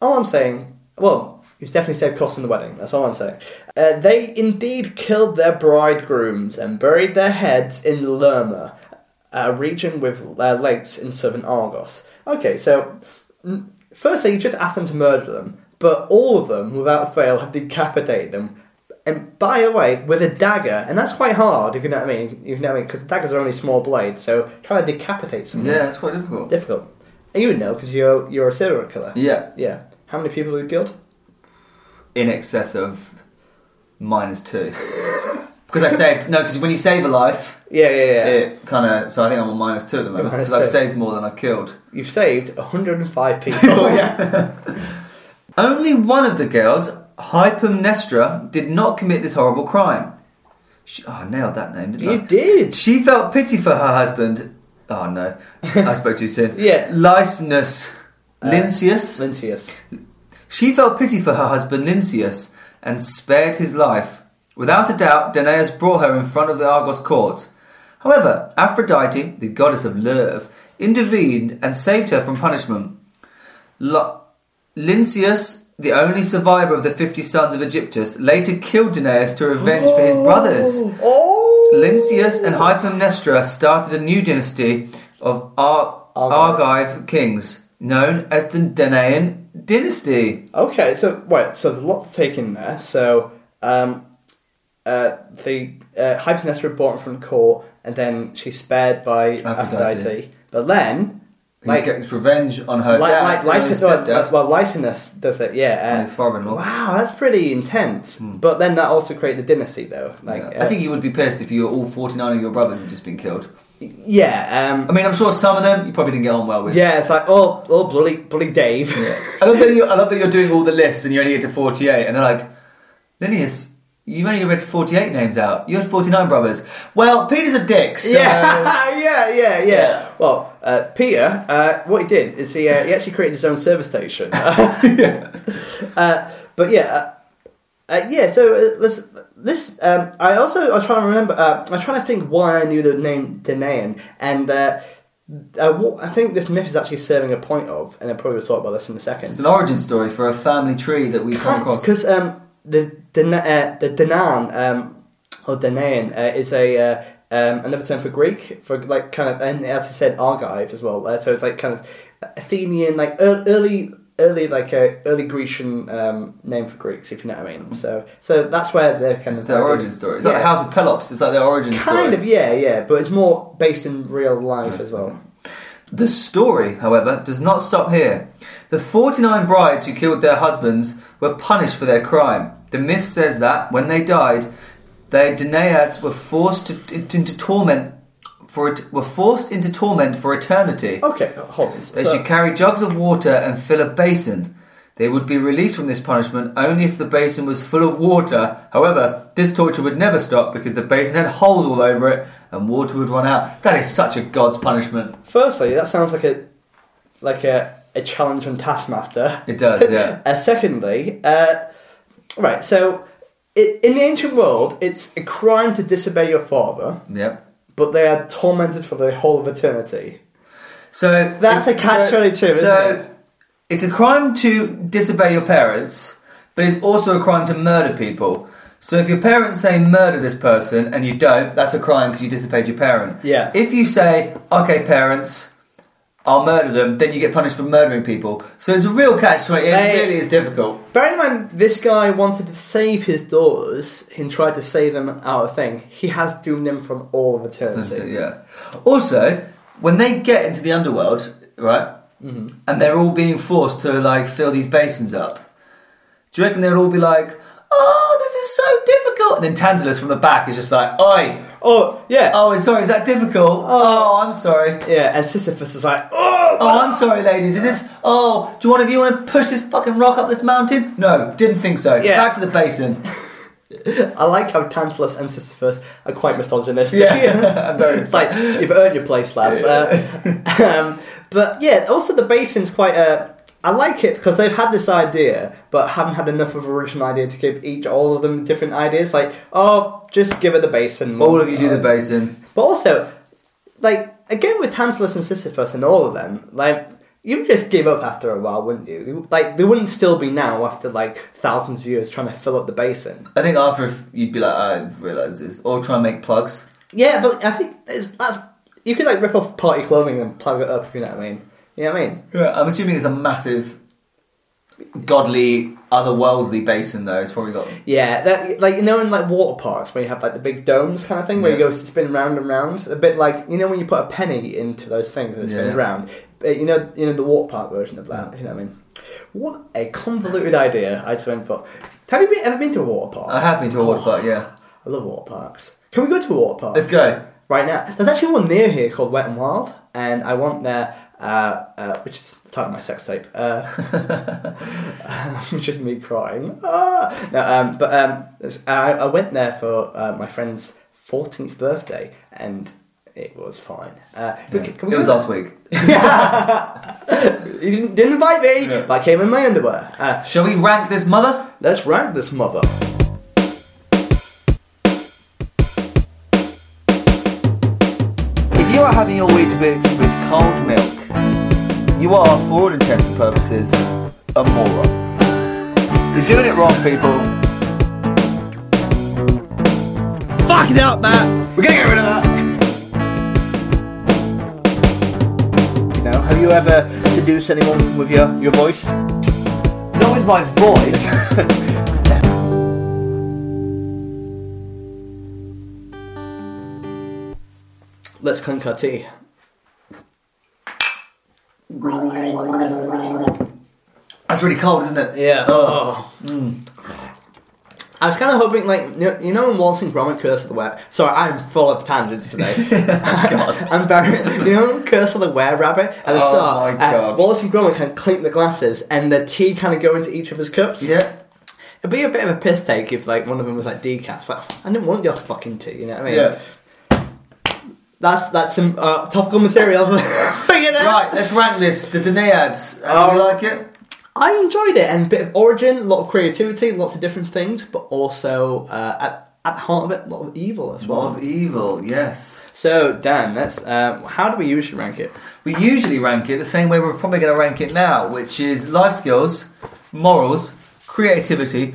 All I'm saying, well, he's definitely saved costs in the wedding. That's all I'm saying. Uh, they indeed killed their bridegrooms and buried their heads in Lerma, a region with uh, lakes in southern Argos. Okay, so n- firstly, you just asked them to murder them, but all of them, without fail, have decapitated them. And by the way, with a dagger, and that's quite hard, if you know what I mean. You know what I mean, because daggers are only small blades, so trying to decapitate someone
Yeah, it's quite difficult.
difficult. And you would know because you're you're a serial killer.
Yeah,
Yeah. How many people have you killed?
in excess of minus two. *laughs* Because I saved no, because when you save a life.
Yeah, yeah, yeah.
It kind of so I think I'm on minus two at the moment
Minus
because I've
two.
saved more than I've
*laughs*
killed.
You've saved
*laughs*
105 people.
Only one of the girls, Hypermnestra, did not commit this horrible crime. She, oh, I nailed that name, didn't I?
You did.
She felt pity for her husband. Oh no,
*laughs*
I spoke too soon.
Yeah. Uh,
Lycinus, Lynceus.
Lynceus.
She felt pity for her husband Lynceus and spared his life. Without a doubt, Danaus brought her in front of the Argos court. However, Aphrodite, the goddess of love, intervened and saved her from punishment. L- Lynceus, the only survivor of the 50 sons of Aegyptus, later killed Danaus to revenge for his brothers.
Oh.
Lynceus and Hypermnestra started a new dynasty of Ar-
Argive.
Argive kings, known as the Danaan dynasty.
Okay, so wait, so there's a lot to take in there. So, um, uh, the uh, Hypernestra bought from court, and then she's spared by
Aphrodite.
Aphrodite. But then,
He
like,
gets revenge on her
Like,
dad,
like,
on his
Lysis, well,
stepdad,
well, Lysinus does it, yeah.
and
uh,
his father-in-law.
Wow, that's pretty intense. But then that also created the dynasty, though. Like,
Hmm.
uh,
Yeah. I think you would be pissed if you were all 49 of your brothers had just been killed.
yeah, um,
I mean, I'm sure some of them you probably didn't get on well with.
yeah. It's like, oh, oh, bloody, bloody Dave.
I love, that you, I love that you're doing all the lists and you only get to 48, and they're like, Linnaeus, you've only read 48 names out. You had 49 brothers. Well, Peter's a dick, so...
yeah, *laughs* yeah, yeah,
Yeah.
yeah. Well, uh, Peter, uh, what he did is he uh, he actually created his own service station. *laughs* uh, but yeah, uh, uh, yeah. So uh, this, this um, I also I'm trying to remember. Uh, I'm trying to think why I knew the name Danaean, and uh, uh, what, I think this myth is actually serving a point of, and I probably will talk about this in a
*laughs*
second.
It's an origin story for a family tree that we come across.
Because um, the Dana- uh, the Danan um, or Danaean uh, is a uh, Um, another term for Greek, for like kind of, and as you said, archive as well. Uh, so it's like kind of Athenian, like ear- early, early, like uh, early Grecian um, name for Greeks, if you know what I mean. So, so that's where they're kind
It's
of
their origin story. It's like the
Yeah.
House of Pelops. It's like their origin story.
Kind of, yeah, yeah, but it's more based in real life as well.
The story, however, does not stop here. The 49 brides who killed their husbands were punished for their crime. The myth says that, when they died, their Danaids were forced to, into torment for it, were forced into torment for eternity.
Okay, hold on.
They
So-
should carry jugs of water and fill a basin. They would be released from this punishment only if the basin was full of water. However, this torture would never stop because the basin had holes all over it and water would run out. That is such a god's punishment.
Firstly, that sounds like a like a, a challenge on
*laughs*
Taskmaster.
It does, yeah.
uh, secondly, uh, right, so i in the ancient world, it's a crime to disobey your father,
Yep.
but they are tormented for the whole of eternity.
So
That's a catch
so-
22, isn't
so
it?
it's a crime to disobey your parents, but it's also a crime to murder people. So if your parents say murder this person and you don't, that's a crime because you disobeyed your parent.
Yeah.
If you say okay, parents. I'll murder them, then you get punished for murdering people. So it's a real catch 20. It
Hey.
really is difficult.
Bear in mind, this guy wanted to save his daughters and tried to save them out of thing. He has doomed them from all of
That's it,
eternity.
yeah. Also, when they get into the underworld, right, and they're all being forced to like fill these basins up, do you reckon they'll all be like, "Oh, this is so difficult"? And then Tantalus from the back is just like, "Oi,
Oh, yeah.
oh, sorry, is that difficult? Oh, I'm sorry.
Yeah, and Sisyphus is like, oh,
Oh, I'm sorry, ladies. Is this? Oh, do one of you want to push this fucking rock up this mountain? No, didn't think so.
Yeah.
Back to the basin.
I like how Tantalus and Sisyphus are quite
*laughs* *laughs*
misogynistic. *laughs*
Yeah, very.
it's like you've earned your place, lads. Uh, um, but yeah, also the basin's quite. Uh, I like it because they've had this idea, but haven't had enough of an original idea to give each all of them different ideas. Like, oh, just give it the basin.
All of you do the basin.
But also, like again with Tantalus and Sisyphus and all of them, like you would just give up after a while, wouldn't you? You- Like they wouldn't still be now after like thousands of years trying to fill up the basin.
I think after if you'd be like, I realise this, or try and make plugs.
Yeah, but I think it's, that's you could like rip off party clothing and plug it up. If you know what I mean? You know what I mean?
Yeah, I'm assuming it's a massive, godly, otherworldly basin though. It's probably got.
Yeah, that like you know in like water parks where you have like the big domes kind of thing where you
Yeah.
go spin round and round. A bit like you know when you put a penny into those things and it
Yeah.
spins round. But you know, you know the water park version of that. You know what I mean? What a convoluted idea I just went for. Have you been, ever been to a water park?
I have been to a water park. Yeah,
I love water parks. Can we go to a water park?
let's go.
right now. There's actually one near here called Wet and Wild, and I want their, uh, uh, which is the title of my sex tape, uh, *laughs* which is me crying. Ah! No, um, but um, it's- I, I went there for uh, my friend's 14th birthday, and it was fine. Uh, but c- can we
It was
go-
last week.
You didn't, didn't invite me,
Yeah.
but I came in my underwear. Uh,
Shall we rank this mother?
let's rank this mother.
If you are having your Weetabix with cold milk, you are, for all intents and purposes, a moron. You're doing it wrong, people.
Fuck it up, Matt!
We're gonna get rid of that! You know, have you ever seduced anyone with your, your voice?
Not with my voice. *laughs*
Let's clink our tea.
That's really cold, isn't it?
Yeah. Oh. I was kind of hoping, like, you know, you know in Waltzing Brahma, Curse of the Were... Sorry, I'm full of
*laughs*
tangents today. *laughs* I'm very... You know in Curse of the Were Rabbit? At the
Oh
start,
my
uh,
God.
Wallace and Gromit kind of clink the glasses and the tea kind of go into each of his cups.
Yeah.
It'd be a bit of a piss take if, like, one of them was, like, decaf. It's like, I didn't want your fucking tea, you know what I mean?
Yeah.
That's, that's some uh, topical material. *laughs* Figure that
Right, let's rank this. The Danaids. How do you like it?
I enjoyed it and a bit of origin, a lot of creativity, lots of different things, but also uh, at, at the heart of it, a lot of evil as well.
Lot of evil, yes.
So Dan, that's uh, how do we usually rank it?
We usually rank it the same way we're probably going to rank it now, which is life skills, morals, creativity,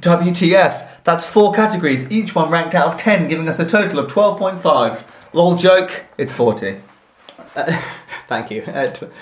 WTF. That's four categories, each one ranked out of 10, giving us a total of 12.5. Lol joke, it's 40.
Uh, *laughs* thank you. Uh, tw- oh,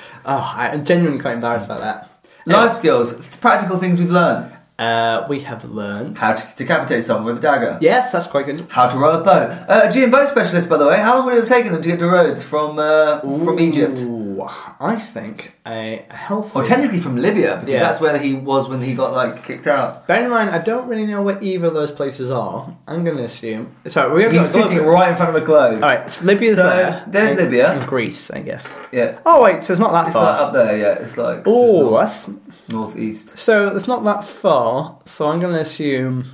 I- I'm genuinely quite embarrassed about that.
Life skills, practical things we've learned.
Uh, we have learned.
How to decapitate someone with a dagger.
Yes, that's quite good.
How to row a boat. Uh, a G and boat specialist, by the way. How long would it have taken them to get to Rhodes from uh, from Egypt?
Ooh, I think a healthy.
Or technically from Libya, because
Yeah.
that's where he was when he got like kicked out.
Bear in mind, I don't really know where either of those places are. I'm going to assume. Sorry, we have
He's
got a
sitting
globe.
right in front of a globe.
All right, so Libya's
So,
there.
there's
and-
Libya.
and Greece, I guess.
Yeah.
Oh wait, so it's not that
It's like
far.
up there, yeah. It's like just
Oh,
north-
that's
northeast.
so it's not that far. So I'm going to assume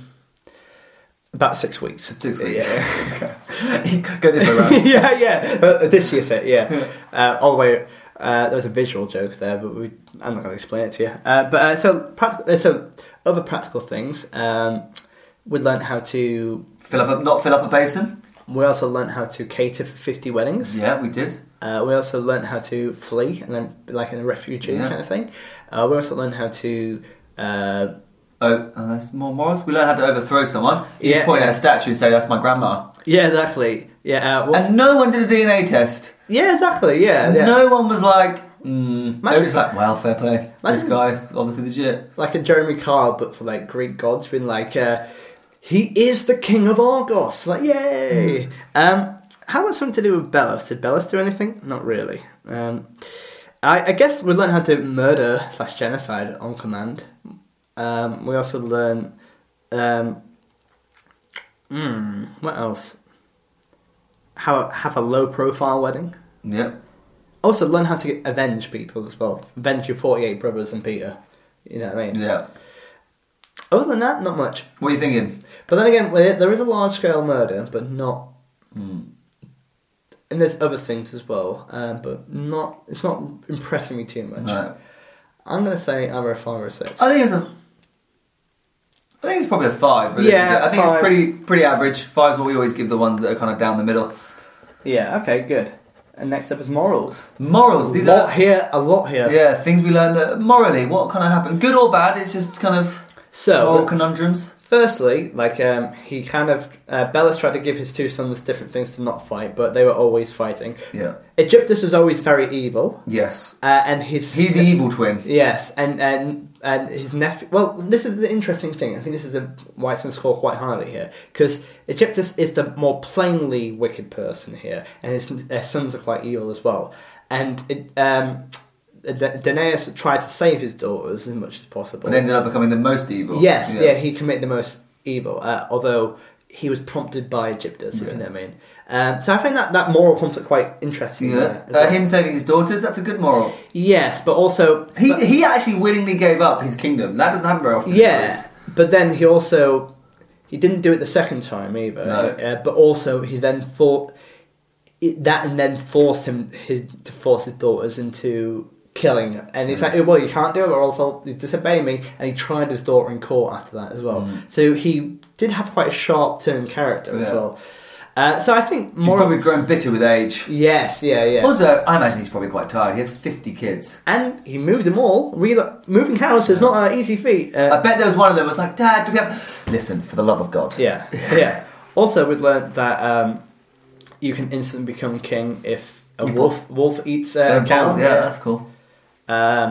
about six weeks.
Six *laughs* weeks.
Yeah. *laughs*
Go this way round.
yeah, yeah. Uh, this year's it, yeah. Uh, all the way. Uh, there was a visual joke there, but we, I'm not going to explain it to you. Uh, but uh, so, prac- uh, so other practical things. Um, we learnt how to.
fill up, a, not fill up a basin.
We also learnt how to cater for 50 weddings.
Yeah, we did.
Uh, we also learnt how to flee and then like in a refugee
Yeah.
kind of thing. Uh, we also learnt how to. Uh,
Oh, oh, there's more morals. We learned how to overthrow someone. You
Yeah.
just point at a statue and say, "That's my grandma."
yeah, exactly. Yeah, uh, what's-
And no one did a DNA test.
yeah, exactly. Yeah, yeah.
No one was like, mm. they were
Imagine-
just like, well, fair play. This
Imagine-
guy's obviously legit.
like a Jeremy Carr, but for like Greek gods, been like, uh, he is the king of Argos. Like,
Hmm.
yay! Um, how about something to do with Bellas? Did Bellas do anything? Not really. Um, I, I guess we learned how to murder slash genocide on command. Um, we also learn. Um, hmm, what else? How have a low profile wedding.
Yep.
Also, learn how to avenge people as well. Avenge your forty-eight brothers and Peter. You know what I mean?
Yeah.
Other than that, not much.
What are you thinking?
But then again, there there is a large scale murder, but not.
Hmm.
And there's other things as well, uh, but not. It's not impressing me too much.
Right.
I'm gonna say I'm a five or a six.
I think it's a. I think it's probably a five. Really.
Yeah,
I think
five.
it's pretty pretty average. Five's what we always give the ones that are kind of down the middle.
yeah. Okay. Good. And next up is morals.
Morals.
A
These
lot
are
here. A lot here.
yeah things we learned that morally what kind of happened, good or bad. It's just kind of moral
So,
conundrums.
firstly, like um, he kind of uh, Bellas tried to give his two sons different things to not fight, but they were always fighting.
Yeah.
Egyptus was always very evil,
Yes.
uh, and his
He's the evil twin.
Yes, and and and his nephew. Well, this is the interesting thing. I think this is a, why it's going to score quite highly here because Egyptus is the more plainly wicked person here, and his, their sons are quite evil as well. And it, um, D- Danaus tried to save his daughters as much as possible.
But ended up becoming the most evil.
Yes, yeah. he committed the most evil, uh, although he was prompted by Egyptus. If you know what I mean. Um, so I think that, that moral conflict quite interesting.
Yeah.
there as
Uh,
well.
him saving his daughters, that's a good moral.
yes, but also
He,
but-
he actually willingly gave up his kingdom. That doesn't happen very often. in
Yeah,
Greece.
but then he also he didn't do it the second time either.
No.
Uh, but also he then thought it, that, and then forced him his, to force his daughters into killing. And
Mm.
it's like, "Oh, well, you can't do it, or else I'll, you disobey me. And he tried his daughter in court after that as well. So he did have quite a sharp turn character
Mm.
as
Yeah.
well. Uh, so I think
He's
more.
probably grown bitter with age.
yes, yeah, yeah.
Also, I imagine he's probably quite tired. He has 50 kids.
and he moved them all. Relo- moving house is not an easy feat. Uh,
I bet there was one of them was like, Dad, do we have. Listen, for the love of God.
Yeah, yeah. also, we've learned that um, you can instantly become king if a
You
wolf wolf eats
They're
a
bold.
cow.
yeah, that's cool.
Um,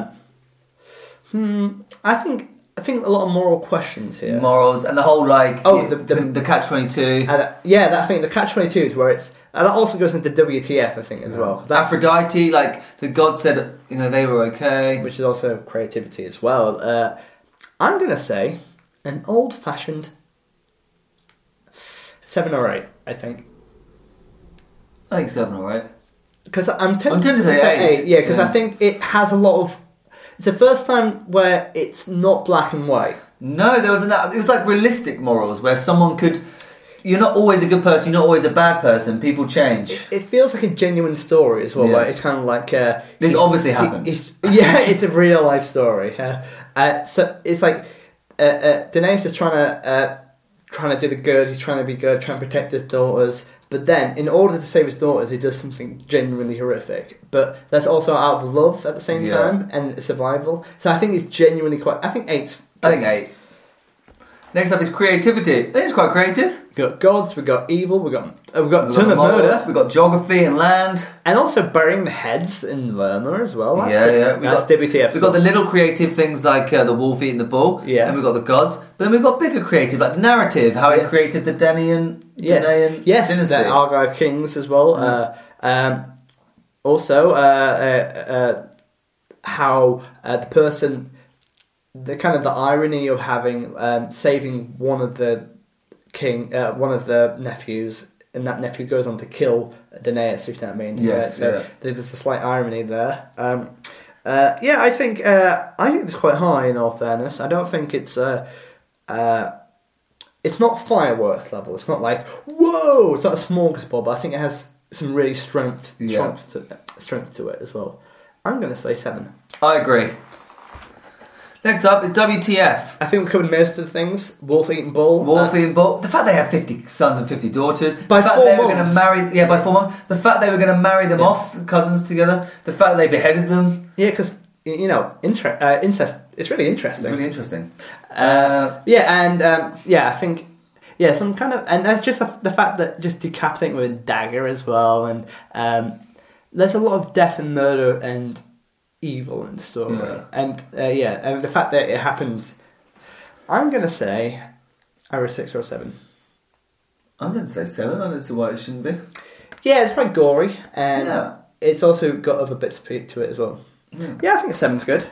hmm. I think I think a lot of moral questions here.
Morals and the whole like.
Oh,
the,
the-
the,
the-
catch 22.
and, uh, yeah, that thing. The catch twenty two is where it's. And that also goes into WTF, I think, as well. That's
Aphrodite, like, the god said, you know, they were okay.
which is also creativity as well. Uh, I'm gonna say an old fashioned seven or eight. I think.
I think seven, alright.
Because I'm tempted,
I'm tempted
to say eight. Yeah, because
Yeah.
I think it has a lot of. It's the first time where it's not black and white.
No, there was an, it was like realistic morals where someone could. You're not always a good person. You're not always a bad person. People change.
It feels like a genuine story as well.
Yeah.
Where it's kind of like uh,
This
he's-
obviously
he-
happened.
he's- yeah, *laughs* it's a real life story. Uh, uh, so it's like uh, uh, Danaeus is trying to uh, trying to do the good. He's trying to be good, trying to protect his daughters. But then, in order to save his daughters, he does something genuinely horrific. But that's also out of love at the same
Yeah.
time and survival. So I think it's genuinely quite. I think eight's
I think eight. Next up is creativity. I think it's quite creative.
We've got gods, we've got evil, we've got, uh, we've got a
We've
ton
got
of
morals,
murder.
We've got geography and land.
And also burying the heads in Lerma as well. That's
Yeah,
pretty-
yeah. We
That's
got-
WTF.
We've got the little creative things like uh, the wolf eating the bull.
Yeah.
And we've got the gods. But then we've got bigger creative, like the narrative, how it
Yeah.
created the Denian,
yes,
Denian
yes,
dynasty. Mm.
the Argyle Kings as well. Uh, um, also, uh, uh, uh, how uh, the person, the kind of the irony of having um, saving one of the king, uh, one of the nephews, and that nephew goes on to kill Danaeus. If you know what I mean.
Yes,
Uh, so
yeah.
there's a slight irony there. Um, uh, yeah, I think uh, I think it's quite high in all fairness. I don't think it's. Uh, uh, it's not fireworks level. It's not like whoa. It's not a smorgasbord, but I think it has some really strength,
Yeah.
strength, to, strength to it as well. I'm gonna say seven.
I agree. Next up is WTF.
I think we covered most of the things. Wolf eating bull.
Wolf
Uh,
eating bull. The fact they have fifty sons and fifty daughters.
By
the fact
four
they were going to
months.
marry. Yeah, by four months. The fact they were going to marry them
Yeah.
off, cousins together. The fact they beheaded them.
yeah, because you know inter- uh, incest. It's really
It's
interesting.
really interesting.
Uh, yeah, and um, yeah, I think yeah, some kind of and that's just the, the fact that just decapitating with a dagger as well, and um, there's a lot of death and murder and evil in the story,
Yeah.
and uh, yeah, and the fact that it happens, I'm gonna say, either a six or a seven.
I'm going to say seven. I don't see why it shouldn't be.
Yeah, it's quite gory, and
Yeah.
it's also got other bits to to it as well.
Yeah.
Yeah, I think seven's good.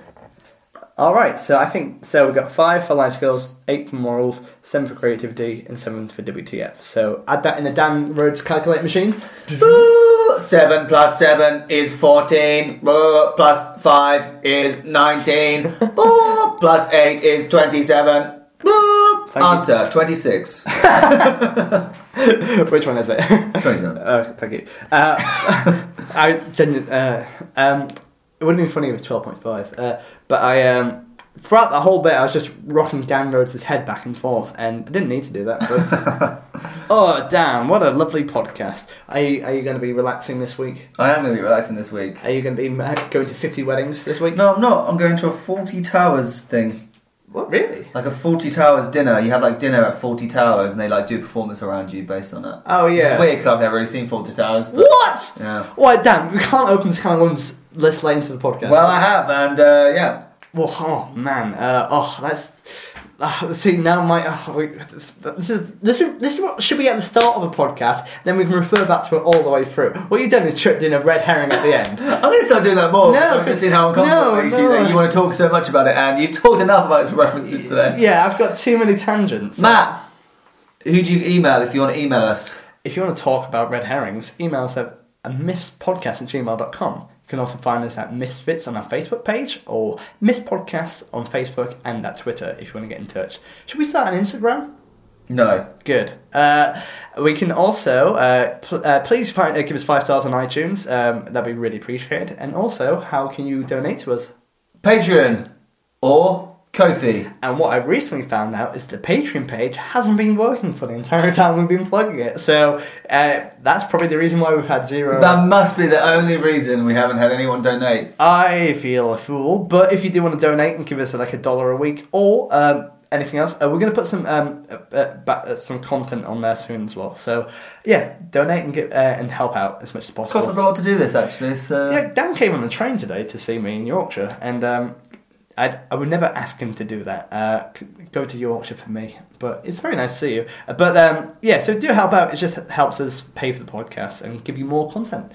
All right, so I think so. We've got five for life skills, eight for morals, seven for creativity, and seven for WTF. So add that in the Dan Rhodes calculator machine. *laughs*
Boo! Seven plus seven is fourteen. Boo! Plus five is
*laughs*
nineteen. Boo! Plus eight is twenty-seven. Boo!
Thank you.
Answer
*laughs*
twenty-six.
Which one is it? *laughs*
Twenty-seven.
oh, thank you. Uh, *laughs* I genuinely, uh, um, it would have been funny if it was twelve point five, uh, but I um, throughout the whole bit I was just rocking Dan Rhodes' head back and forth, and I didn't need to do that. But... oh, Dan! What a lovely podcast. Are you, are you going to be relaxing this week?
I am going to be relaxing this week.
Are you going to be ma- going to 50 weddings this week?
No, I'm not. I'm going to a 40 Towers thing.
What, really?
Like a 40 Towers dinner. You have like dinner at 40 Towers and they like do a performance around you based on it.
Oh,
Which
yeah.
is weird because I've never really seen 40 Towers. But,
What?
Yeah.
Why, Dan, we can't open this kind of one's list late into the podcast.
Well, I have and uh, yeah.
Well, oh, man. Uh, oh, that's. Uh, see, now my. Oh, we, this, this, is, this, is, this is what should be at the start of a podcast, then we can refer back to it all the way through. What you've done is chucked in a red herring at the
*laughs*
end.
At least I do that more.
No,
I've just seen how uncomfortable
no,
it makes you that
no.
you want to talk so much about it and you've talked enough about its references today.
yeah, I've got too many tangents.
Matt, who do you email if you want to email us?
If you want to talk about red herrings, email us at mythspodcast at gmail.com. You can also find us at Misfits on our Facebook page or Podcasts on Facebook and at Twitter if you want to get in touch. Should we start on Instagram?
No.
Good. Uh, we can also uh, pl- uh, please find, uh, give us five stars on iTunes. Um, that'd be really appreciated. And also, how can you donate to us?
Patreon or Kofi.
And what I've recently found out is the Patreon page hasn't been working for the entire *laughs* time we've been plugging it. So uh, that's probably the reason why we've had zero.
That must be the only reason we haven't had anyone donate.
I feel a fool, but if you do want to donate and give us like a dollar a week or um, anything else, uh, we're going to put some um, uh, uh, ba- uh, some content on there soon as well. So yeah, donate and give uh, and help out as much as
It costs us
possible.
a lot to do this actually, so.
Yeah, Dan came on the train today to see me in Yorkshire, and um, I'd, I would never ask him to do that. Uh, c- go to Yorkshire for me, but it's very nice to see you. Uh, But um, yeah, so do help out. It just helps us pay for the podcast and give you more content.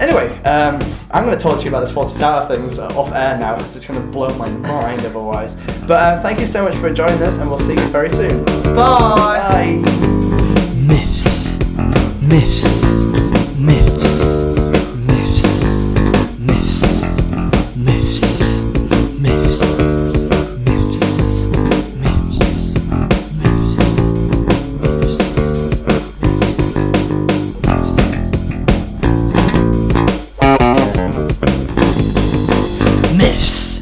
Anyway, um, I'm going to talk to you about this 40 Tower things uh, off air now. It's just going to blow my mind otherwise. But uh, thank you so much for joining us, and we'll see you very soon. Bye.
myths, myths, myths, myths, myths, myths, myths, myths, myths, myths, myths. Myths.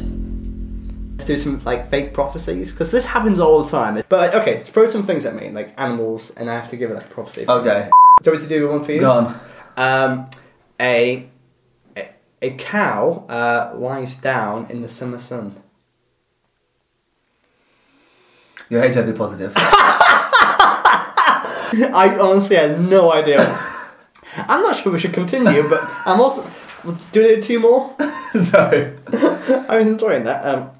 Let's do some like fake prophecies because this happens all the time. But okay, throw some things at me like animals, and I have to give it like a prophecy.
Okay.
Do you want me to do one for you?
Gone.
Um, a, a a cow uh, lies down in the summer sun.
You're HIV positive.
*laughs* I honestly had no idea. I'm not sure we should continue, but I'm also. Do we do two more?
*laughs* no.
I was enjoying that. Um,